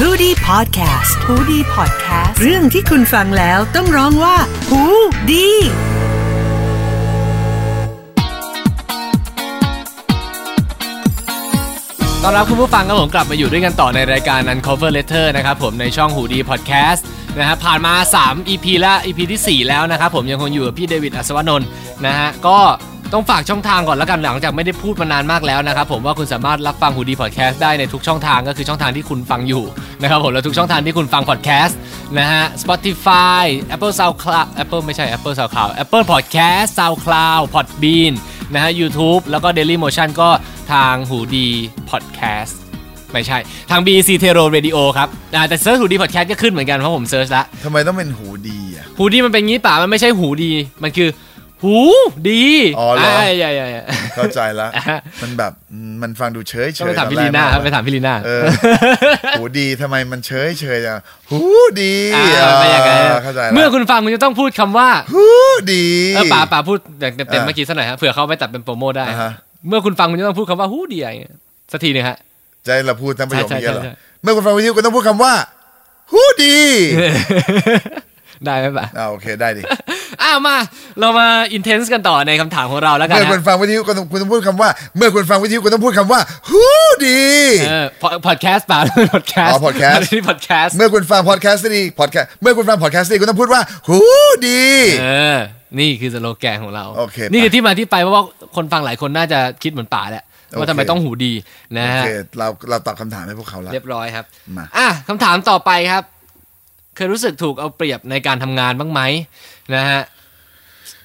h o ดี้พอดแคสต์ฮูดี้พอดแคสต์เรื่องที่คุณฟังแล้วต้องร้องว่าหูดี ต้อนรับคุณผู้ฟังครับผมกลับมาอยู่ด้วยกันต่อในรายการ Uncover Letter นะครับผมในช่องหูดีพอดแคสต์นะฮะผ่านมา 3 EP ละ EP ที่ 4 แล้วนะครับผมยังคงอยู่กับพี่เดวิดอัศวนนท์นะฮะก็ต้องฝากช่องทางก่อนแล้วกันหลังจากไม่ได้พูดมานานมากแล้วนะครับผมว่าคุณสามารถรับฟังหูดีพอดแคสต์ได้ในทุกช่องทางก็คือช่องทางที่คุณฟังอยู่นะครับผมและทุกช่องทางที่คุณฟังพอดแคสต์นะฮะ Spotify Apple SoundCloud Apple ไม่ใช่ Apple SoundCloud Apple Podcast SoundCloud Podbean นะฮะ YouTube แล้วก็ Daily Motion ก็ทางหูดีพอดแคสต์ไม่ใช่ ทาง BC t e r o Radio ครับอ่าแต่เซิร์ชหูดีพอดแคสต์ก็ขึ้นเหมือนกัน เพราะผมเซิร์ชละ ทำไมต้องเป็นหูดีอ่ะ หูดีมันเป็นงี้ป่ามันไม่ใช่หูดี มันคือ หูดี อ๋อเหรอ ใช่ใช่ เข้าใจแล้ว มันแบบอืมมันฟังดูเฉยเฉ ต้อง ย ไปถามพี่ลีน่าครับไปถามพี่ลีน่า เออ หูดีทำไมมันเฉยเฉยอ่ะหูดี อ่าไม่อยากให้ เออเข้าใจแล้ว เมื่อคุณฟังคุณจะต้องพูดคำว่า หูดี เออป๋าป๋าพูดอย่างเต็มๆ อ่ะ เมื่อกี้สักหน่อยฮะเผื่อเขาไปตัดเป็นโปรโมทได้ อ่าฮะ เมื่อคุณฟังคุณจะต้องพูดคำว่าหูดีอะไรอย่างเงี้ยสักทีหนึงฮะ ใจะให้เราพูดทั้งประโยค ใช่ใช่ นี้เหรอ ใช่ใช่ เมื่อคุณฟังวิทยุคุณต้องพูดคำว่าหูดี ได้ไหมป๋า อ่าโอเคได้ดิ อ้าวมาเรามาอินเทนส์กันต่อในคำถามของเราแล้วกัน เมื่อ นะ คุณฟังวิทยุคุณต้องคุณต้องพูดคำว่า เมื่อคุณฟังวิทยุคุณต้องพูดคำว่าหูดี เออพอดแคสต์ป่ะ พอดแคสต์ อ๋อ podcast ที่พอดแคสต์ เมื่อคุณฟังพอดแคสต์ดีพอดแคสต์เมื่อคุณฟังพอดแคสต์ดีคุณต้องพูดว่าหูดี เออ นี่คือสโลแกนของเรา โอเค นี่คือที่มาที่ไปเพราะว่าคนฟังหลายคนน่าจะคิดเหมือนป่าแหละ โอเค ว่าทำไมต้องหูดีนะ โอ ฮะ เคเราเราตอบคำถามให้พวกเขาแล้ว เรียบร้อยครับ มา อ่ะคำถามต่อไปครับ เคยรู้สึกถูกเอาเปรียบในการทำงานบ้างไหมนะฮะ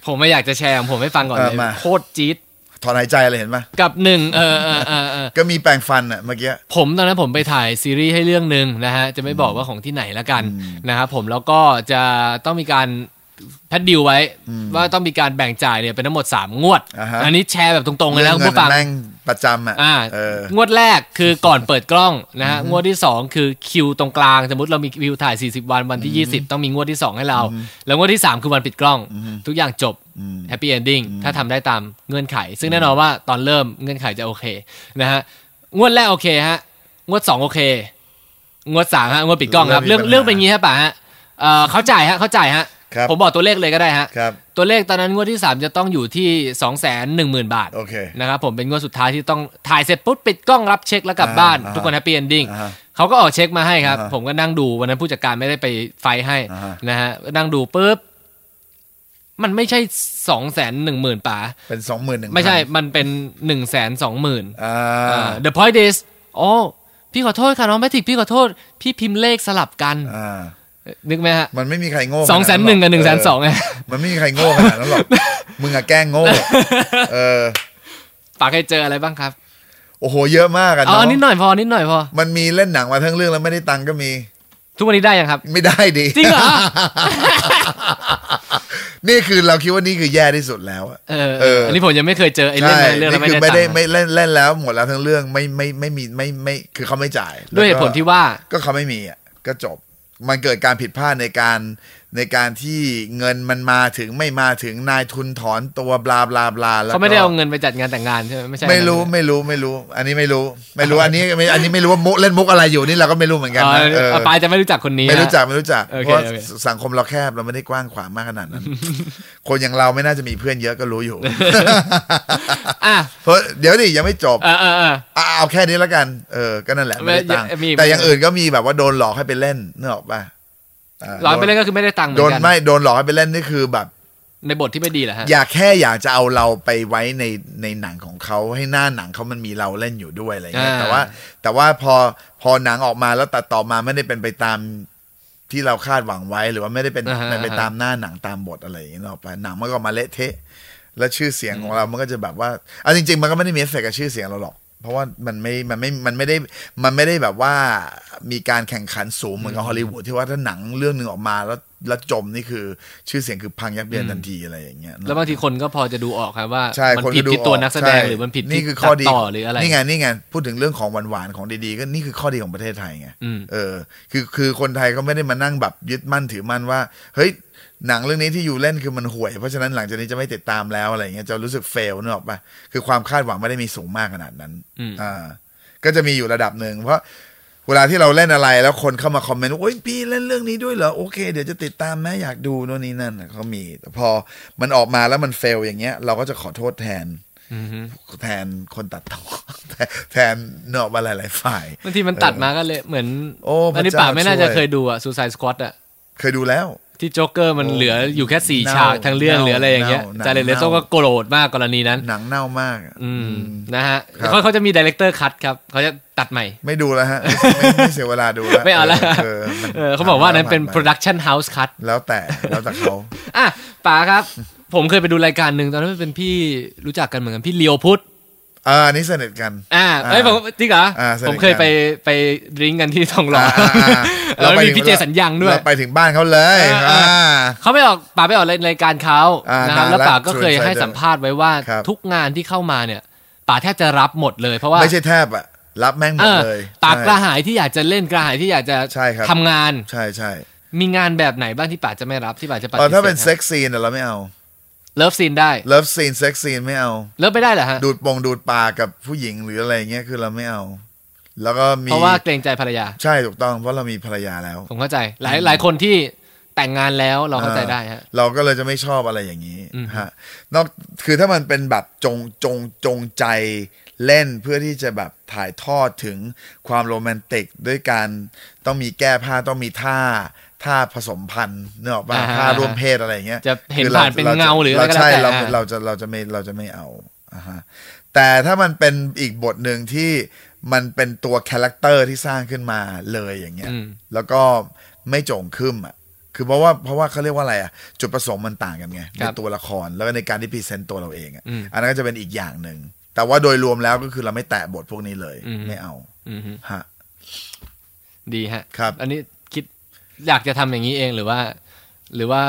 ผมไม่อยากจะแชร์ของผมให้ฟังก่อนเลย เออมา โคตรจี๊ด ถอนหายใจเลยเห็นปะ กับหนึ่งเออเออเออเออ ก็มีแปรงฟันอะเมื่อกี้ ผมตอนนั้นผมไปถ่ายซีรีส์ให้เรื่องหนึ่งนะฮะจะไม่บอกว่าของที่ไหนละกันนะครับผมแล้วก็จะต้องมีการแพทดิวไว้ ว่าต้องมีการแบ่งจ่ายเนี่ยเป็นทั้งหมด 3 งวด อ่าฮะ นนี้แชร์แบบตรงๆเลยนะคุณ เงิ ผู้ฟัง แม่งประจำอะ อ่า เออง วดแรกคือก่อนเปิดกล้องนะฮะงวดที่ 2 คือคิวตรงกลาง สมมติเรามีคิวถ่าย 40 วันวันที่ 20 ต้องมีงวดที่ 2 ให้เรา แล้วงวดที่ 3 คือวันปิดกล้อง ทุกอย่างจบ อืม แฮปปี้เอนดิ้งถ้าทำได้ตามเงื่อนไข ซึ่งแน่นอนว่าตอนเริ่มเงื่อนไขจะโอเคนะฮะงวดแรกโอเคฮะงวดสองโอเค งวดสามฮะงวดปิดกล้องครับ เริ่ เรื่อ ม งเรื่องเป็นมีปัญหางี้ฮะป่ะฮะเอ่อเข้าใจฮะเข้าใจฮะ ครับ ผมบอกตัวเลขเลยก็ได้ฮะ ครับ ตัวเลขตอนนั้นงวดที่ 3 จะต้องอยู่ที่2องแสนหนึ่งหมื่นบาท โอเค นะครับผมเป็นงวดสุดท้ายที่ต้องถ่ายเสร็จปุ๊บปิดกล้องรับเช็คแล้วกลับ อ่า บ้าน อ่า ทุกคนแฮปปี้เอนดิ้ง อ่าฮะ เขาก็ออกเช็คมาให้ครับ อ่าฮะ ผมก็นั่งดูวันนั้นผู้จัดการไม่ได้ไปไฟล์ให้ อ่าฮะ นะฮะนั่งดูปุ๊บ มันไม่ใช่สองแสนหนึ่งหมื่นป่า เป็นสองหมื่นหนึ่ง ไม่ใช่ มันเป็นหนึ่งแสนสองหมื่น อ่า The point is อ๋อ พี่ขอโทษค่ะน้องแมทริกพี่ขอโทษ พี่พิมพ์เลขสลับกัน อ่า นึกไหมฮะ มันไม่มีใครโง่ สองแสนหนึ่งกับหนึ่งแสนสอง เ ไง มันไม่มีใครโง่ขนาดนั้นหร อก มึงอะแกล้งโง่ เออ ปากเคยเจออะไรบ้างครับ โอ้โห เยอะมากอะ เอา น้อ อั ง นนิดหน่อยพอนิดหน่อยพอ มันมีเล่นหนังมาทั้งเรื่องแล้วไม่ได้ตังค์ก็มี ทุกวันนี้ได้ยังครับ ไม่ได้ดิ จริงเหรอ นี่คือเราคิดว่านี่คือแย่ที่สุดแล้วอะ เออ เอออั อันนี้ผมยังไม่เคยเจอไอ้เรื่อง ใช่ อะไรเรื่องอะไร นี่คือ ไม่ ไม่ ได้ ได้ ตัง ไม่ ค์ เล่นเล่นแล้วหมดแล้วทั้งเรื่องไม่ไม่ไม่มีไม่ไม่คือเขาไม่จ่าย ด้วยเห แล้ก็ ตุผลที่ว่า ก็เขาไม่มีอ่ะก็จบ มันเกิดการผิดพลาดในการในการที่เงินมันมาถึงไม่มาถึงนายทุนถอนตัวบลาบลาบลาแล้วก็ เขาไม่ได้เอาเงินไปจัดงานแต่งงานใช่ไหมไม่ใช่ ไม่รู้ไม่รู้ไม่รู้ อันนี้ไม่รู้ ไม่รู้อันนี้ไม่อันนี้ไม่รู้ว่ามุกเล่นมุกอะไรอยู่นี่เราก็ไม่รู้เหมือนกัน อ๋อ นะเออ เอาปายจะไม่รู้จักคนนี้ ไม่รู้จั ฮะ กไม่รู้จัก โอเค เพราะ โอเค สังคมเราแคบเราไม่ได้กว้างขวางมากขนาด นั้น คนอย่างเราไม่น่าจะมีเพื่อนเยอะก็รู้อยู่ อ่ะ เพราะเดี๋ยวดิยังไม่จบ เออเออเออ อ่ะเอาแค่นี้แล้วกัน เออ ก็นั่นแหละไม่ได้ตังค์ ไม่มี แต่อย่างอื่นก็มีแบบว่าโดนหลอกให้ไปเล่นนึกออกป่ะา หลอนไปเล่นก็คือไม่ได้ตังค์เหมือ โดน นกัน ไม่โดนหลอกให้ไปเล่นนี่คือแบบ ในบทที่ไม่ดีเหรอฮะ อยากแค่อยากจะเอาเราไปไว้ในในหนังของเขาให้หน้าหนังเขามันมีเราเล่นอยู่ด้วยอะไรเงี้ย อ่า แต่ว่า แต่ว่าพอพอหนังออกมาแล้วตัดต่อมาไม่ได้เป็นไปตามที่เราคาดหวังไว้หรือว่าไม่ได้เป็น อ่าฮะ ไม่ไป อ่าฮะ ตามหน้าหนังตามบทอะไรอย่างเงี้ยนึกออกป่ะหนังมันก็มาเละเทะ และชื่อเสียงของเรา มันก็จะแบบว่าเอาจริง ๆ มันก็ไม่ได้มีเอฟเฟกต์กับชื่อเสียงเราหรอก เพราะว่ามันไม่ มันไม่ มันไม่ได้ มันไม่ได้แบบว่ามีการแข่งขันสูงเหมือนกับฮอลลีวูดที่ว่าถ้าหนังเรื่องหนึ่งออกมาแล้วแล้วจมนี่คือชื่อเสียงคือพังยับเยินทันทีอะไรอย่างเงี้ยนะ แล้วบางทีคนก็พอจะดูออกครับว่า ใช่ มัน คน ผิดก็ดู ที่ตัวนักแสดง ใช่ หรือมันผิดที่ นี่คือข้อดี ตัดต่อหรืออะไร นี่ไงนี่ไงพูดถึงเรื่องของหวานๆของดีๆก็นี่คือข้อดีของประเทศไทยไง อืม เออ คือคือคนไทยก็ไม่ได้มานั่งแบบยึดมั่นถือมั่นว่าเฮ้ย หนังเรื่องนี้ที่อยู่เล่นคือมันห่วย เพราะฉะนั้นหลังจากนี้จะไม่ติดตามแล้วอะไรเงี้ยจะรู้สึกเฟลเนกอะปะคือความคาดหวังไม่ได้มีสูงมากขนาดนั้น อืม อ่าก็จะมีอยู่ระดับหนึ่งเพราะ เวลาที่เราเล่นอะไรแล้วคนเข้ามาคอมเมนต์ว่าโอ้ยพี่เล่นเรื่องนี้ด้วยเหรอโอเค เดี๋ยวจะติดตามแม่อยากดูโน่นนี่นั่นน่ะเขามีแต่พอมันออกมาแล้วมันเฟลอย่างเงี้ย เราก็จะขอโทษแทนแทนคนตัดต่อ แทนแทนเนอกมาหลายๆฝ่าย บางทีมันตัดมาก็เละเหมือน โอ้ นนี้ พระเจ้า ป่าไม่น่าจะ ช่เควยยดูอะซูซายสควอตอะ เคยดูแล้ว ที่โจ๊กเกอร์มัน โอ้ เหลืออยู่แค่สี่ เน่า ฉากทางเรื่อง เน่า เหลืออะไรอย่างเงี้ย เน่า จาเลนเลโซ เน่า ก็โกรธมากกรณีนั้น หนังเน่ามากอะ อืมนะฮะ ครับ เขาเขาจะมีดีเลกเตอร์คัตครับเขาจะตัดใหม่ ไม่ดูแล้วฮะไม่ไม่ไม่เสียเวลาดูแล้ว ไม่เอาแล้ว เออมัน เออเขาบอกว่านั้นเป็น production house cut แล้วแต่แล้วแต่เขา อ่ะป๋าครับ ผมเคยไปดูรายการหนึ่งตอนนั้นมันเป็นพี่รู้จักกันเหมือนกันพี่เลียวพุทธ อ่าอันนี้สนิทกัน อ่าเอ้ยผมจริงเหรออา สนิทกัน ผมเคยไปไปดริงก์กันที่ ทองหล่ออา อ่าอ่า แล้วมันมีพี่เจสัญญังด้วย เราไปถึงบ้านเขาเลย เออเออ อ่า เขาไม่ออกป๋าไม่ออกรายการเขา อ่า นะครับ นานละ แล้วป๋าก็เคย ส่วนใหญ่ ให้สัมภาษณ์ไว้ว่า ครับ ทุกงานที่เข้ามาเนี่ยป๋าแทบจะรับหมดเลยเพราะว่า ไม่ใช่แทบอะรับแม่งหม เอ ด อ เลย ป๋า ใช่ กระหายที่อยากจะเล่นกระหายที่อยากจะ ใช่ครับ ทำงาน ใช่ใช่ มีงานแบบไหนบ้างที่ป๋าจะไม่รับที่ป๋าจะปฏิ เอ เส อ ธ ถ้าเป็น ฮะ เซ็กซีนอะเราไม่เอา เลิฟซีนได้ เลิฟซีนเซ็กซีนไม่เอา เลิฟไม่ได้เหรอฮะ ดูดปงดูดปากกับผู้หญิงหรืออะไรเงี้ยคือเราไม่เอา แล้วก็มี เพราะว่าเกรงใจภรรยา ใช่ถูกต้อง เพราะเรามีภรรยาแล้ว ผมเข้าใจหลายหลายคนที่แต่งงานแล้วเราเข้าใจได้ฮะ เราก็เลยจะไม่ชอบอะไรอย่างนี้ อืม ฮะนอกคือถ้ามันเป็นแบบจงจงจงใจเล่นเพื่อที่จะแบบถ่ายทอดถึงความโรแมนติก ด้วยการต้องมีแก้ผ้าต้องมีท่าท่าผสมพันธ์เนกอะป่ะ อ่าฮะ ท่าร่วมเพศอะไรอย่างเงี้ย จะเห็น คือ ผ่านเป็นเงาหรืออะไรก็แล้ว ใช่ แต่ เรา อ่า เราจะเราจะไม่เราจะไม่เอาอ่าฮะแต่ถ้ามันเป็นอีกบทหนึ่งที่มันเป็นตัวคาแรคเตอร์ที่สร้างขึ้นมาเลยอย่างเงี้ย อืม แล้วก็ไม่โจ่งครึมอ่ะ คือเพราะว่าเพราะว่าเขาเรียกว่าอะไรอ่ะ จุดประสงค์มันต่างกันไง ครั ใน บ ตัวละครแล้วก็ในการที่พรีเซนต์ตัวเราเองอ่ะ อืม อันนั้นก็จะเป็นอีกอย่างหนึ่ง แต่ว่าโดยรวมแล้วก็คือเราไม่แตะบทพวกนี้เลย อืม ไม่เอา อืมฮึ ฮะ ดีฮะ ครับ อันนี้คิดอยากจะทำอย่างนี้เองหรือว่า หรือว่า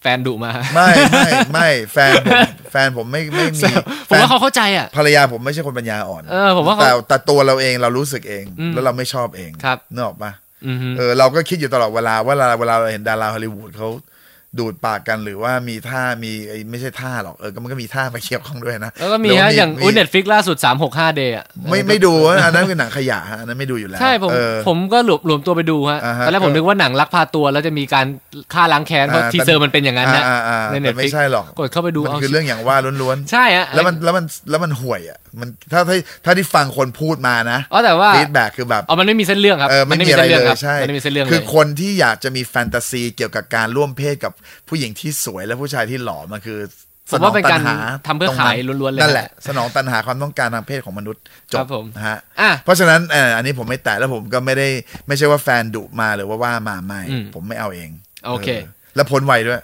แฟนดุมา ไม่ไม่ไม่แฟนผมแฟนผมไม่ไม่มี ผมว่า แฟ เขา น เข้าใจอ่ะ ภรรยาผมไม่ใช่คนปัญญาอ่อน เออผมว่าเขา แต่แต่ตัวเราเองเรารู้สึกเอง อืม แล้วเราไม่ชอบเอง ครับ นึกออกปะ อืมฮึ เออเราก็คิดอยู่ตลอดเวลาว่าเวลาเวลาเราเห็นดาราฮอลลีวูดเขาดูดปากกันหรือว่ามีท่ามีไอ้ไม่ใช่ท่าหรอกเออก็มันก็มีท่ามาเกี่ยวข้องด้วยนะ แล้วก็มี หรื ฮะ ว่ อย่างอุ้ยเน็ตฟิกล่าสุด 365 เดย์อ่ะ ไม่ไม่ดูอันนั้นคือหนังขยะฮะอันนั้นไม่ดูอยู่แล้ว ใช่ผม เออ ผมก็หลวมหลวมตัวไปดูฮะ อ่าฮะ ตอนแรกผม ก็ นึกว่าหนังลักพาตัวแล้วจะมีการฆ่าล้างแค้นเพราะ อ่า ทีเซอร์มันเป็นอย่างนั้นนะ อ่าอ่าอ่า ใน แต่ เน็ต ไม่ ฟิก ใช่หรอก กดเข้าไปดู มัน เอา คือเรื่องอย่างว่าล้วน ใช่ฮะ ๆแล้วมันแล้วมันแล้วมันห่วยอ่ะมันถ้าถ้าถ้าที่ฟังคนพูดมานะ อ๋อแต่ว่า ฟีดแบ็คือแบบ เอามันไม่มีเส้นเรื่องครับ เออไม่มีอะไร เส้น เล เรื่ ย ครับ ใช่ มันไม่มีเส้นเรื่อง คื เล อย คนที่อยากจะมีแฟนตาซีเกี่ยวกับการร่วมเพศกับผู้หญิงที่สวยและผู้ชายที่หล่อมันคือ ผมว่าเป็นการ สองตัห ทำเพื่อ ตง ขายล้วนๆเลย นั่นแหละ ฮะ สนองตันหาความต้องการทางเพศของมนุษย์จ ครับ บผม นะฮะ อ่ะ เพราะฉะนั้นเอ่ออันนี้ผมไม่แตะแล้วผมก็ไม่ได้ไม่ใช่ว่าแฟนดุมาหรือว่าว่ามาไม่ อืม ผมไม่เอาเอง โอเค แล้วพ้นวัยด้วย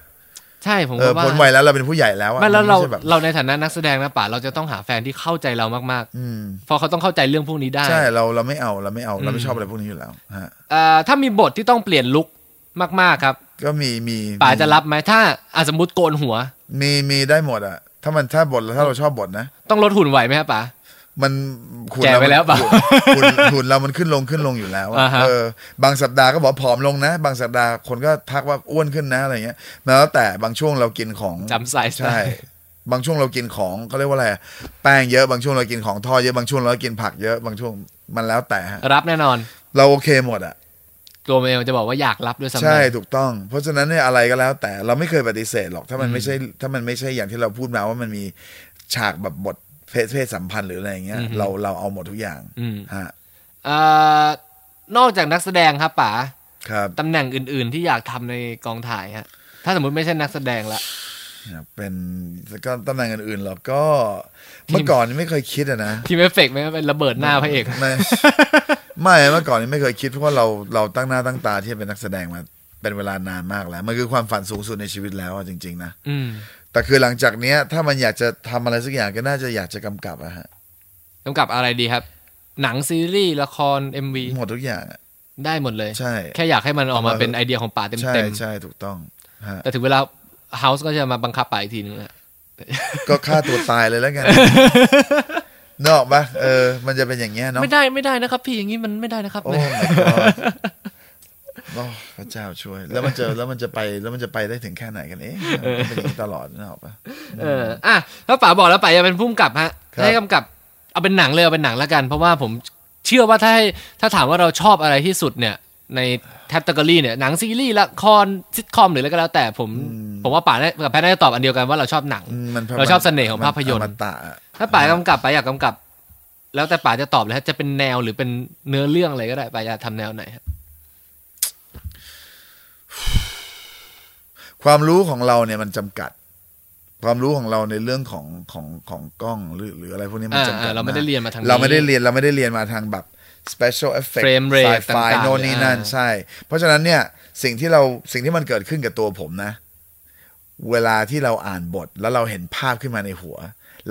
ใช่ผม เออ ก็ว่า พ้นวัยแล้วเราเป็นผู้ใหญ่แล้วอะ ไม่แล้วเรา นใช่แบบ เราในฐานะนักแสดงนะป่าเราจะต้องหาแฟนที่เข้าใจเรามาก อืม ๆเพอเขาต้องเข้าใจเรื่องพวกนี้ได้ ใช่เราเราไม่เอาเราไม่เอาเราไม่ชอบอะไรพวกนี้อยู่แล้วฮะ เอ่อถ้ามีบทที่ต้องเปลี่ยนลุคมากๆครับ ก็มีมี ป่าจะรับไหมถ้าอ่ะสมมติโกนหัว มีมีได้หมดอ่ะถ้ามันถ้าบทถ้าเราชอบบทนะ ต้องลดหุ่นไหวไหมครับป๋า มันขุน แก่ไป เรา แล้วเปล่า ขุนขุนเรามันขึ้นลงขึ้นลงอยู่แล้วอะ อ่าฮะ เออบางสัปดาห์ก็บอกผอมลงนะ บางสัปดาห์คนก็ทักว่าอ้วนขึ้นนะอะไรเงี้ยแล้วแต่บางช่วงเรากินของ จำสาย ใช่ บางช่วงเรากินของเขาเรียกว่าอะไรอะแป้งเยอะบางช่วงเรากินของทอดเยอะบางช่วงเรากินผักเยอะบางช่วงมันแล้วแต่ฮะ รับแน่นอน เราโอเคหมดอ่ะ ตัวเองจะบอกว่าอยากรับด้วยซ้ำ ใช่ ไป ถูกต้อง เพราะฉะนั้นเนี่ยอะไรก็แล้วแต่เราไม่เคยปฏิเสธหรอกถ้ามันไม่ใช่ถ้ามันไม่ใช่อย่างที่เราพูดมาว่ามันมีฉากแบบบทเพศเพศสัมพันธ์หรืออะไรอย่างเงี้ยเราเราเอาหมดทุกอย่าง อืม ฮะ เอ่อนอกจากนักแสดงครับป๋า ครับ ตำแหน่งอื่น ๆ ที่อยากทำในกองถ่ายฮะ ถ้าสมมติไม่ใช่นักแสดงละ ครับเป็นก็ตำแหน่งอื่นๆเราก็เมื่อก่อนนี่ไม่เคยคิดอะนะ ทีมเอฟเฟกต์ไหมเป็นระเบิดหน้าพระเอก ไม่ ไม่เมื่อก่อนนี่ไม่เคยคิดเพราะว่าเราเราตั้งหน้าตั้งตาที่จะเป็นนักแสดงมาเป็นเวลานานมากแล้วมันคือความฝันสูงสุดในชีวิตแล้วอะจริงๆนะ อืม แต่คือหลังจากเนี้ย ถ้ามันอยากจะทำอะไรสักอย่างก็น่าจะอยากจะกำกับอะฮะ กำกับอะไรดีครับ หนังซีรีส์ ละคร MV หมดทุกอย่างอะ ได้หมดเลย ใช่ แค่อยากให้มันออกมาเป็นไอเดียของป๋าเ ใช่ ต็ม ใช่ถูกต้องฮะ ๆ แต่ถึงเวลาเฮาส์ก็จะมาบังคับป๋าอีกทีนึงนะ ก็ฆ่าตัวตายเลยแล้ว กัน นกออกปะเออ มันจะเป็นอย่างเงี้ยเนาะ ไม่ได้ไม่ได้นะครับ พี่อย่างนี้มันไม่ได้นะครับ โอ้ my god โอ้พระเจ้าช่วย แล้วมันจะแล้วมันจะไปแล้วมันจะไปได้ถึงแค่ไหนกันเอ๊ะมันเป็นอย่างนี้ตลอดนะหรอกปะ เอออ่ะแล้วป๋าบอกแล้วป๋าอยากเป็นผู้กำกับฮะ ครับ ให้กำกับ เอาเป็นหนังเลยเอาเป็นหนังแล้วกัน เพราะว่าผม เชื่อว่าถ้าให้ถ้าถามว่าเราชอบอะไรที่สุดเนี่ย ในแคตตากรีเนี่ยหนังซีรีส์ละครซิทคอมหรืออะไรก็แล้วแต่ผมผมว่าป่าน่ากับแพทย์น่าจะตอบอันเดียวกันว่าเราชอบหนัง มัน เราชอบเสน่ห์ของภาพยนตร์ มัอมตะอะ ถ้าป่ากำกับป่าอยากกำกับ แล้วแต่ป่าจะตอบเลยฮะจะเป็นแนวหรือเป็นเนื้อเรื่องอะไรก็ได้ป่าจะทำแนวไหนครับ ความรู้ของเราเนี่ยมันจำกัด ความรู้ของเราในเรื่องของของของกล้องหรือหรืออะไรพวกนี้มัน อ่า จำกั อ่า ด เราไม่ได้เรียนมาทางนี้ เราไม่ได้เรียนเราไม่ได้เรียนมาทางแบบ special effect Frame rate ไฟ ต่างๆ โน่นนี่นั่น อ่า ใช่ เพราะฉะนั้นเนี่ยสิ่งที่เราสิ่งที่มันเกิดขึ้นกับตัวผมนะ เวลาที่เราอ่านบทแล้วเราเห็นภาพขึ้นมาในหัว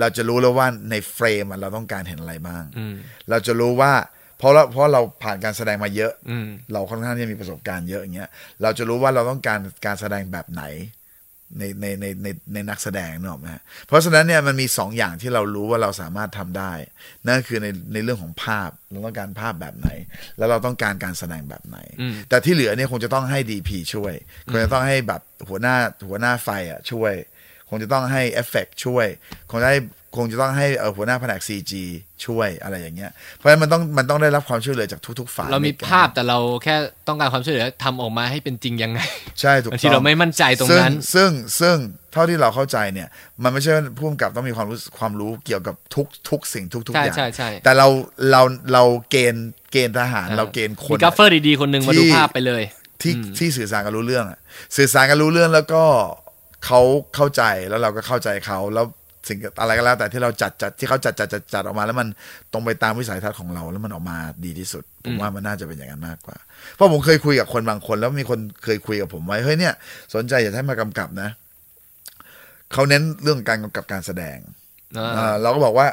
เราจะรู้แล้วว่าในเฟรมอะเราต้องการเห็นอะไรบ้าง อืม เราจะรู้ว่าเพราะเราเพราะเราผ่านการแสดงมาเยอะ อืม เราค่อนข้างที่จะมีประสบการณ์เยอะอย่างเงี้ย เราจะรู้ว่าเราต้องการการแสดงแบบไหนในในในในในนักแสดงเนกอะไหมฮะเพราะฉะนั้นเนี่ยมันมีสองอย่างที่เรารู้ว่าเราสามารถทำได้ นั่นก็คือในในเรื่องของภาพเราต้องการภาพแบบไหน แล้วเราต้องการการแสดงแบบไหน อืม แต่ที่เหลือเนี่ยคงจะต้องให้ดีพีช่วยคงจะต้องให้แบบหัวหน้าหัวหน้าไฟอ่ะช่วย คงจะต้องให้เอฟเฟกช่วย คงจะให้คงจะต้องให้เอ่อหัวหน้าแผนก CG ช่วยอะไรอย่างเงี้ยเพราะฉะนั้นมันต้องมันต้องได้รับความช่วยเหลือจากทุกๆฝ่าย เรามี ในก ภาพแต่เราแค่ต้องการความช่วยเหลือทำออกมาให้เป็นจริงยังไง ใช่ถูกบาต้อง งทีเราไม่มั่นใจตรงนั้น ซึ่งซึ่งซึ่งเท่าที่เราเข้าใจเนี่ย มันไม่ใช่ว่าผู้กำกับต้องมีความรู้ความรู้เกี่ยวกับทุกทุกสิ่งทุกทุก ใช่ อย่าง ใช่ใช่ แต่เราเราเราเกณฑ์เกณฑ์ทหาร อ่ เราเกณฑ์คน มีกราฟเฟอร์ดีๆคนหนึ่งมาดูภาพไปเลย ที่ที่สื่อสารกันรู้เรื่องอะสื่อสารกันรู้เรื่องแล้วก็เขาเข้าใจแล้วเราก็เข้าใจเขาแล้วสิ่งอะไรก็แล้ว แต่ที่เราจัดจัดที่เขาจัดจัดจัดจัดออกมา แล้วมันตรงไปตามวิสัยทัศน์ของเราแล้วมันออกมาดีที่สุด ผมว่ามันน่าจะเป็นอย่างนั้นมากกว่า เพราะผมเคยคุยกับคนบางคน แล้วมีคนเคยคุยกับผมไว้เฮ้ยเนี่ย สนใจอยากให้มากำกับนะ เขาเน้นเรื่องการกำกับการแสดง อ่า เอ่อเราก็บอกว่า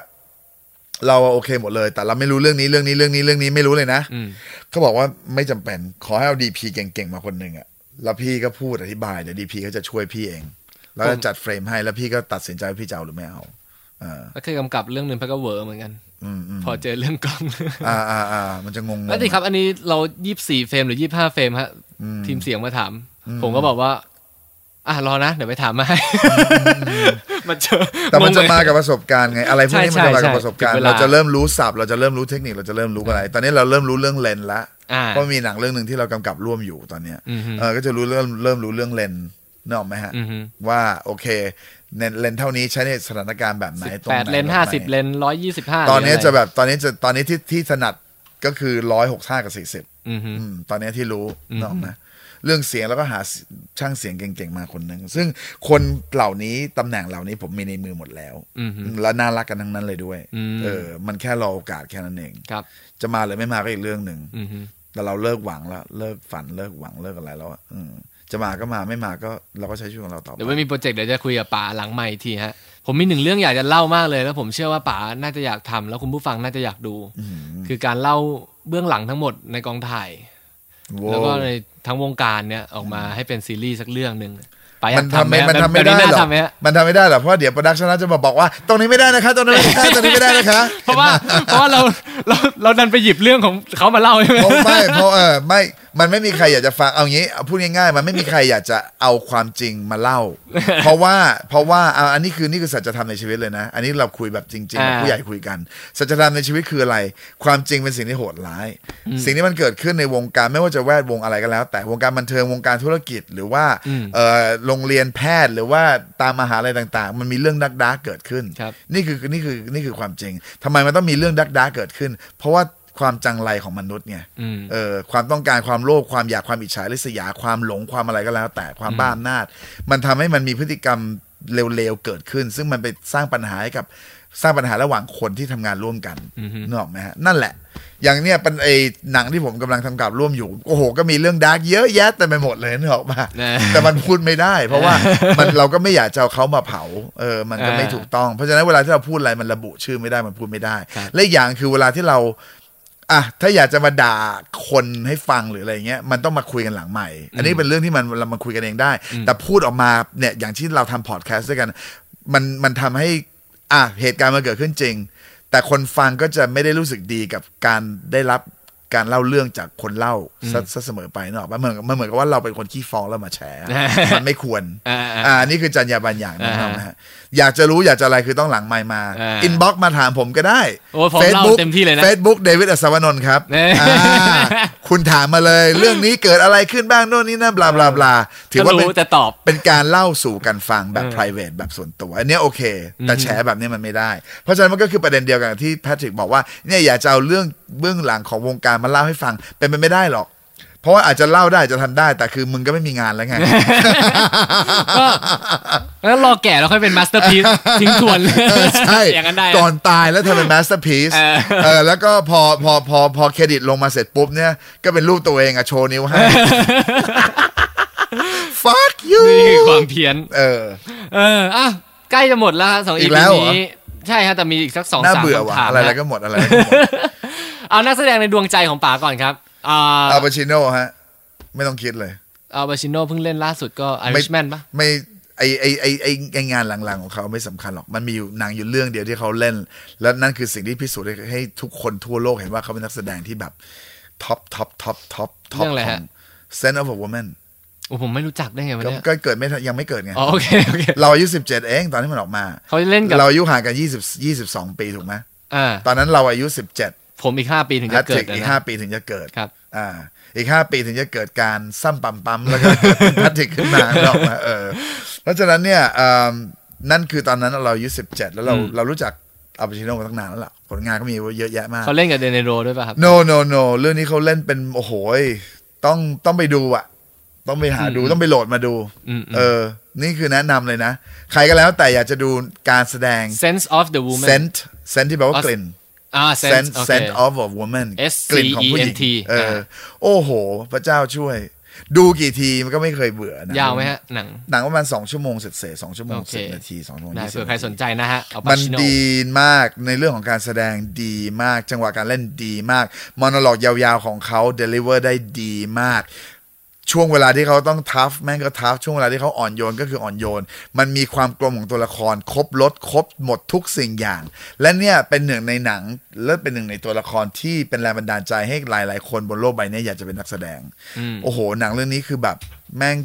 เราโอเคหมดเลย แต่เราไม่รู้เรื่องนี้เรื่องนี้เรื่องนี้เรื่องนี้ไม่รู้เลยนะ อืม เขาบอกว่าไม่จำเป็น ขอให้เอาดีพีเก่งๆมาคนหนึ่งอะแล้วพี่ก็พูดอธิบายเดี๋ยวดีพีเขาจะช่วยพี่เอง แล้วจะจัดเฟรมให้ แล้วพี่ก็ตัดสินใจว่าพี่จะเอาหรือไม่เอาอ่า ก็เคยกำกับเรื่องหนึ่งพักก็เวอร์เหมือนกัน อืมอืม พอเจอเรื่องกล้อง อ่าอ่าอ่ามันจะงงๆ แล้วสิครับ อันนี้เรายี่สี่เฟรมหรือยี่ห้าเฟรมฮะทีมเสียงมาถาม ผมก็บอกว่า อ่ะรอนะ เดี๋ยวไปถามมาให้ มันเจอ แต่มันจะ งงเลย มากับประสบการณ์ไง อะไรพวกนี้มันจะมากับประสบการณ์ ใช่ใช่ เราจะเริ่มรู้ศัพท์เราจะเริ่มรู้เทคนิคเราจะเริ่มรู้อะไร ตอนนี้เราเริ่มรู้เรื่องเลนส์ละ อ่า เพราะมีหนังเรื่องหนึ่งที่เรากำกับร่วมอยู่ตอนเนี้ย อือฮึ เออก็จะรู้เริ่มเริ่มรู้เรื่องเลนส์นึกออกไหมฮะ อือฮึ ว่าโอเคเลนส์เลนส์เท่านี้ใช้ในสถานการณ์แบบไหน สิบ ตรง แป ไหน ดเลน แบบไ ห้าสิบเลนร้อยยี่สิบห้า ตอนนี้จะแบบตอนนี้จะตอนนี้ที่ที่ถนัดก็คือร้อยหกห้ากับสี่สิบ อือฮึ ตอนนี้ที่รู้นึกออกไหมเรื่องเสียงแล้วก็หาช่างเสียงเก่งๆมาคนหนึ่งซึ่งคนเหล่านี้ตำแหน่งเหล่านี้ผมมีในมือหมดแล้ว อือฮึ และน่ารักกันทั้งนั้นเลยด้วย อืม เออ มันแค่รอโอกาสแค่นั้นเอง ครับ จะมาหรือไม่มาก็อีกเรื่องหนึ่ง อือฮึ แต่เราเลิกหวังแล้วเลิกฝันเลิกหวังเลิกอะไรแล้วอะอืมจะมาก็มาไม่มาก็เราก็ใช้ชีวิตของเราต่อไป เดี๋ยวไม่มีโปรเจกต์เดี๋ยวจะคุยกับป๋าหลังใหม่ทีฮะ ผมมีหนึ่งเรื่องอยากจะเล่ามากเลยแล้วผมเชื่อว่าป๋าน่าจะอยากทำแล้วคุณผู้ฟังน่าจะอยากดู อืม คือการเล่าเบื้องหลังทั้งหมดในกองถ่าย โว้ แล้วก็ใน ย ทั้งวงการเนี่ยออกมาให้เป็นซีรีส์สักเรื่องหนึ่งไป มันทำไม่ อยาก มันทำ แบ ไม่ บ ได้ นี้น่า หรอก ทำไหมฮะ มันทำไม่ได้หรอกเพราะเดี๋ยวโปรดักชันน่าจะมาบอกว่า ตรงนี้ไม่ได้นะคะ ตรงนี้นไม่ได้ตรงนี้ไม่ได้นะคะ เพราะว่าเพราะว่าเราเราเราดันไปหยิบเรื่องของเขามาเล่าใช่ไหม เพราะไม่เพราะเออไม่มันไม่มีใครอยากจะฟังเอางี้เอาพูดง่ายๆ มันไม่มีใครอยากจะเอาความจริงมา เล่า เพราะว่าเพราะว่าเอาอันนี้คือนี่คือสัจธรรมในชีวิตเลยนะ อันนี้เราคุยแบบจริงๆแบบผู้ใหญ่คุยกัน สัจธรรมในชีวิตคืออะไร ความจริงเป็นสิ่งที่โหดร้าย สิ่งที่มันเกิดขึ้นในวงการไม่ว่าจะแวดวงอะไรก็แล้ว แต่วงการบันเทิงวงการธุรกิจ หรือว่าเอ่อโรงเรียนแพทย์หรือว่าตามมหาลัยต่าง ๆ มันมีเรื่องดักดักเกิดขึ้น ครับ นี่คือนี่คือนี่คือความจริงทำไมมันต้องมีเรื่องดักดาเกิดขึ้น เพราะว่าความจังไรของมนุษย์ไง อืม เออความต้องการความโลภความอยากความอิจฉาริษยาความหลงความอะไรก็แล้ว แต่ความบ้าอำนาจ มันทำให้มันมีพฤติกรรมเร็วๆเกิดขึ้น ซึ่งมันไปสร้างปัญหาให้กับสร้างปัญหาระหว่างคนที่ทำงานร่วมกันนึกออกไหมฮะนั่นแหละ อย่างเนี้ยเป็นไอหนังที่ผมกำลังทำกับร่วมอยู่โอ้โหก็มีเรื่องดาร์กเยอะแยะเต็มไปหมดเลยนึกออกปะ นะ แต่มันพูดไม่ได้ เพราะว่ามันเราก็ไม่อยากจะเอาเขามาเผาเออมันก็ไม่ถูก ถูกต้องเพราะฉะนั้นเวลาที่เราพูดอะไรมันระบุชื่อไม่ได้มันพูดไม่ได้ ครับ และอีกอย่างคือเวลาที่เราอ่ะถ้าอยากจะมาด่าคนให้ฟังหรืออะไรเงี้ยมันต้องมาคุยกันหลังใหม่ อันนี้เป็นเรื่องที่มันเรามาคุยกันเองได้ แต่พูดออกมาเนี่ยอย่างที่เราทำพอดแคสต์ด้วยกัน มันมันทำให้อ่ะเหตุการณ์มันเกิดขึ้นจริง แต่คนฟังก็จะไม่ได้รู้สึกดีกับการได้รับ การเล่าเรื่องจากคนเล่าซะซะเสมอไปเนกอะมันเหมือนมันเหมือนกับว่าเราเป็นคนขี้ฟ้องแล้วมาแฉมันไม่ควร อ่าๆ อ่านี่คือจรรยาบรรณอย่างหนะครับ อ่าๆ นะฮะอยากจะรู้อยากจะอะไรคือต้องหลังไมค์มา อ่า อินบ็อกมาถามผมก็ได้ โอ้ยผมเล่า Facebook เต็มที่เลยนะ Facebook เดวิดอัศวนนท์ครับ เอ้ย อ่าคุณถามมาเลย เรื่องนี้เกิดอะไรขึ้นบ้างโน่นนี่นั่นบลาบลาบลาถือว่าเป็น ก็รู้แต่ตอบ เป็นการเล่าสู่กันฟังแบบ p r i v a t แบบส่วนตัว อันเนี้ยโอเค แต่แฉแบบนี้มันไม่ได้ เพราะฉะนั้นมันก็คือประเด็นเดียวกันกับที่แพทริกบอกว่าเนี่ยอยากจะเอาเรื่องเบื้องหลังของวงการมาเล่าให้ฟังเป็นไปไม่ได้หรอก เพราะว่าอาจจะเล่าได้อาจจะทำได้ แต่คือมึงก็ไม่มีงานแล้วไง ก็แล้วรอแก่แล้วค่อยเป็นมาสเตอร์พี e ทิ้งทวน เออใช่ อย่างนั้นได้นะ ก่อนตายแล้วเธอเป็นมาสเตอร์พีซ เออ เออแล้วก็พอพอพอพอเครดิตลงมาเสร็จปุ๊บเนี่ย ก็เป็นรูปตัวเองอะโชว์นิ้วให้ fuck you นี่คือความเพี้ยน เออ เอออ่ะใกล้จะหมดแล้วฮะสอง อี อี กแล้วเหรอ นี้ ใช่ฮะแต่มีอีกสักสอง น่า สาม เบื่อ คำ ว่ะ ถาม อะไรแล้ว ฮะ ก็หมดอะไรแล้วก็หมด เอานักแสดงในดวงใจของป๋าก่อนครับอ่า อาปาชิโน่ฮะ ไม่ต้องคิดเลย อัลบาชิโน่เพิ่งเล่นล่าสุดก็ไอริชแมนปะ ไม่ไอไอไอไอไองานหลังๆของเขาไม่สำคัญหรอก มันมีอยู่หนังอยู่เรื่องเดียวที่เขาเล่น และนั่นคือสิ่งที่พิสูจน์ให้ให้ทุกคนทั่วโลกเห็นว่าเขาเป็นนักแสดงที่แบบท็อปท็อปท็อปท็อปท็อป เรื่องอะไร ขอ ฮะ ง s e n s e of a Woman โอ้ผมไม่รู้จักได้ไงวะ ก็ เนี่ย ก็เกิดไม่ทันยังไม่เกิดไง อ๋อโอเคโอเค เราอายุสิบเจ็ดเองตอนที่มันออกมา เขาเล่นกับ เราอายุห่างกันยี่สิบยี่สิบสองปีถูกไหม อ่า ตอนนั้นเราอายุสิบเจ็ด ผมอีกห้าปีถึง แพ จะ ท เกิ ริ ด ก นะ อีก นะ ห้าปีถึงจะเกิด ครับ อ่า อีกห้าปีถึงจะเกิดการซ้ำปั๊มปั๊มแล้วก็ เกิดเป็นแพทริกขึ้นมาหรอกนะเออเพราะฉะนั้นเนี่ยเอิ่มนั่นคือตอนนั้นเราอายุสิบเจ็ดแล้วเรา อืม เรารู้จักอัลปาชิโนมาตั้งนานแล้วล่ะผลงานก็มีเยอะแยะมาก เขาเล่นกับเดเนโรด้วยป่ะครับ no no no เรื่องนี้เขาเล่นเป็นโอ้โหยต้องต้องไปดูอะต้องไปหาดูต้องไปโหลดมาดู อืมอืม เออ นี่คือแนะนำเลยนะ ใครก็แล้วแต่อยากจะดูการแสดง Sense of the Woman scent scent ที่แปลว่า อ๋อ กลิ่น อ่า Sense scent โอเค scent of a woman S C กลิ่นของผู้หญิ E ง N T เอออา โอ้โห พระเจ้าช่วย ดูกี่ทีมันก็ไม่เคยเบื่อนะ ยาวไหมฮะ หนัง หนังประมาณสองชั่วโมงเสร็จๆสองชั่วโมง โอเค สิบนาทีสองชั่วโมง ได้ ยี่สิบ เผื่อใครสนใจนะฮะเอาปา มัน ชิโน ดีมากในเรื่องของการแสดงดีมาก จังหวะการเล่นดีมากมอน o ล u กยาวๆของเขาเดลิเวอร์ได้ดีมาก ช่วงเวลาที่เขาต้องทัฟแม่งก็ทัฟช่วงเวลาที่เขาอ่อนโยนก็คืออ่อนโยน มันมีความกลมของตัวละคร ครบรถครบหมดทุกสิ่งอย่าง และเนี่ยเป็นหนึ่งในหนัง และเป็นหนึ่งในตัวละครที่เป็นแรงบันดาลใจให้หลาย ๆ คนบนโลกใบเนี้ยอยากจะเป็นนักแสดง โอ้โห หนังเรื่องนี้คือแบบแม่ง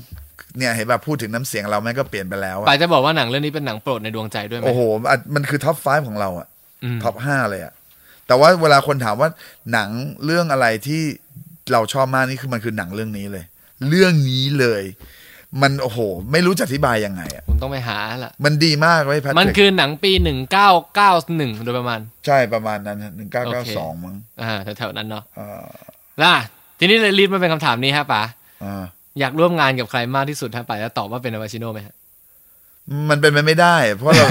เนี่ยเห็นแบบพูดถึงน้ำเสียงเราแม่งก็เปลี่ยนไปแล้วอะ ป๋าจะบอกว่าหนังเรื่องนี้เป็นหนังโปรดในดวงใจด้วยไหม โอ้โหอ่ะมันคือท็อป 5 ของเราอะ อืม ท็อป 5 เลยอะแต่ว่าเวลาคนถามว่าหนังเรื่องอะไรที่เราชอบมากนี่คือมันคือหนังเรื่องนี้เลย เรื่องนี้เลย มันโอ้โห ไม่รู้จะอธิบายยังไงอะ ผมต้องไปหาละ มันดีมากเลยแพท มัน ริก คือหนังปี 1991 โดยประมาณ ใช่ประมาณนั้นหนึ่งเก้า โอ เก้า เค สองมั้ง อ่าแถวๆนั้นเนาะ อ่า ล่ะทีนี้เลยรีดมาเป็นคำถามนี้ฮะป๋า อ่า อยากร่วมงานกับใครมากที่สุดฮะป๋าจะตอบว่าเป็นอาบาชิโนไหมฮะ มันเป็นไปไม่ได้ เพ ราะเรา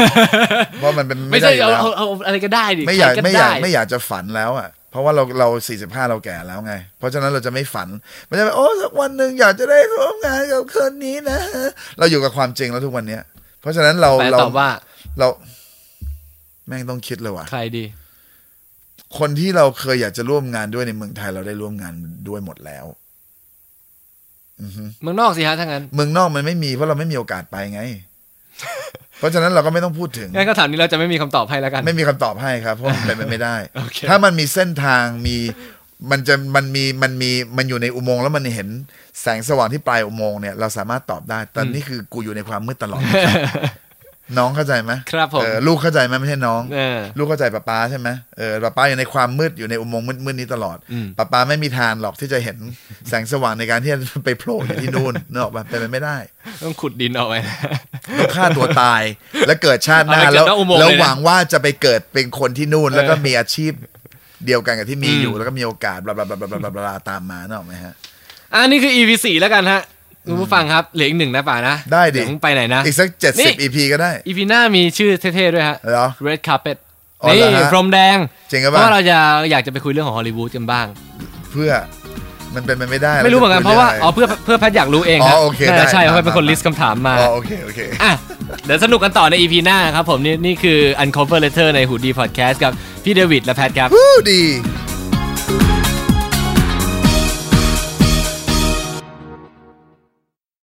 เพราะมันเป็น ไม่ ไม่ ใช่ ได้อยู่ เอา แล้ว เอาเอาอะไรก็ได้ดิ ไม่อยาก ใคร ไม่อยาก ด้ ไม่อยากจะฝันแล้วอ่ะ เพราะว่าเราเราสี่สิบห้าเราแก่แล้วไง เพราะฉะนั้นเราจะไม่ฝันไม่ใช่ว่าโอ้สักวันหนึ่งอยากจะได้ร่วมงานกับคนนี้นะ เราอยู่กับความจริงแล้วทุกวันเนี้ย เพราะฉะนั้นเรา ป๋า เรา ตอบว่า เรา แม่งต้องคิดเลยว่ะ ใครดี คนที่เราเคยอยากจะร่วมงานด้วยในเมืองไทยเราได้ร่วมงานด้วยหมดแล้ว เมืองนอกสิฮะถ้างั้น เมืองนอกมันไม่มีเพราะเราไม่มีโอกาสไปไง เพราะฉะนั้นเราก็ไม่ต้องพูดถึง งั้นคำถามนี้เราจะไม่มีคำตอบให้แล้วกัน ไม่มีคำตอบให้ครับ เพราะมันเป็นไปไม่ได้ โอเค ถ้ามันมีเส้นทางมีมันจะมันมีมันมีมันอยู่ในอุโมงค์แล้วมันเห็นแสงสว่างที่ปลายอุโมงค์เนี่ยเราสามารถตอบได้ แต่นี่คือกูอยู่ในความมืดตลอด น้องเข้าใจไหม ครับผม เออลูกเข้าใจไหมไม่ใช่น้อง เออ ลูกเข้าใจป้าป้าใช่ไหมเออป้าป้าอยู่ในความมืดอยู่ในอุโมงค์มืดๆนี้ตลอด อืม ป้าป้าไม่มีทางหรอกที่จะเห็นแสงสว่างในการที่จะไปโผล่อยู่ที่นู่น เนกอะมันเป็นไปไม่ได้ ต้องขุดดินเอาไว้นะ ต้องฆ่าตัวตาย แล้วเกิดชาติหน้า เอาไปเกิดนแล้วอกอุโมงค์ แล้ว เลยนะ หวังว่าจะไปเกิดเป็นคนที่นู่น แล้วก็ เออ มีอาชีพเดียวกันกับที่มี อืม อยู่แล้วก็มีโอกาสบลาบลาบลาบลาบลาตามมาเนกอะไหมฮะ อันนี้คือ EP สี่แล้วกันฮะคุณผู้ฟังครับ เหลืออีกหนึ่งนะป่านะ ได้ดิ เยวมึงไปไหนนะ อีกสักเจ็ด นี่ สิบอีพีก็ได้ EP หน้ามีชื่อเท่ๆด้วยฮะ เหรอ Red Carpet อ๋อเหรอฮะ นี่พรมแดง จริงหรือ เพ เปล่า ราะว่าเราจะอยากจะไปคุยเรื่องของฮอลลีวูดกันบ้าง เพื่อมันเป็นไปไม่ได้ ไม่รู้เหมือนกันเพราะว่าอ๋อ จ เพื่อเพื่อแพทย์อยากรู้เองครับ อ๋อโอเคได้ น่าจะใช่เพได้ราะเป็นคน ได้ ลิสต์คำถามมา อ๋อโอเคโอเค อ่ะ เดี๋ยวสนุกกันต่อใน EP หน้าครับผมนี่นี่คือ Uncover Letter ในหูดีพอดแคสต์กับพี่เดวิดและแพทย์ครับ Woody.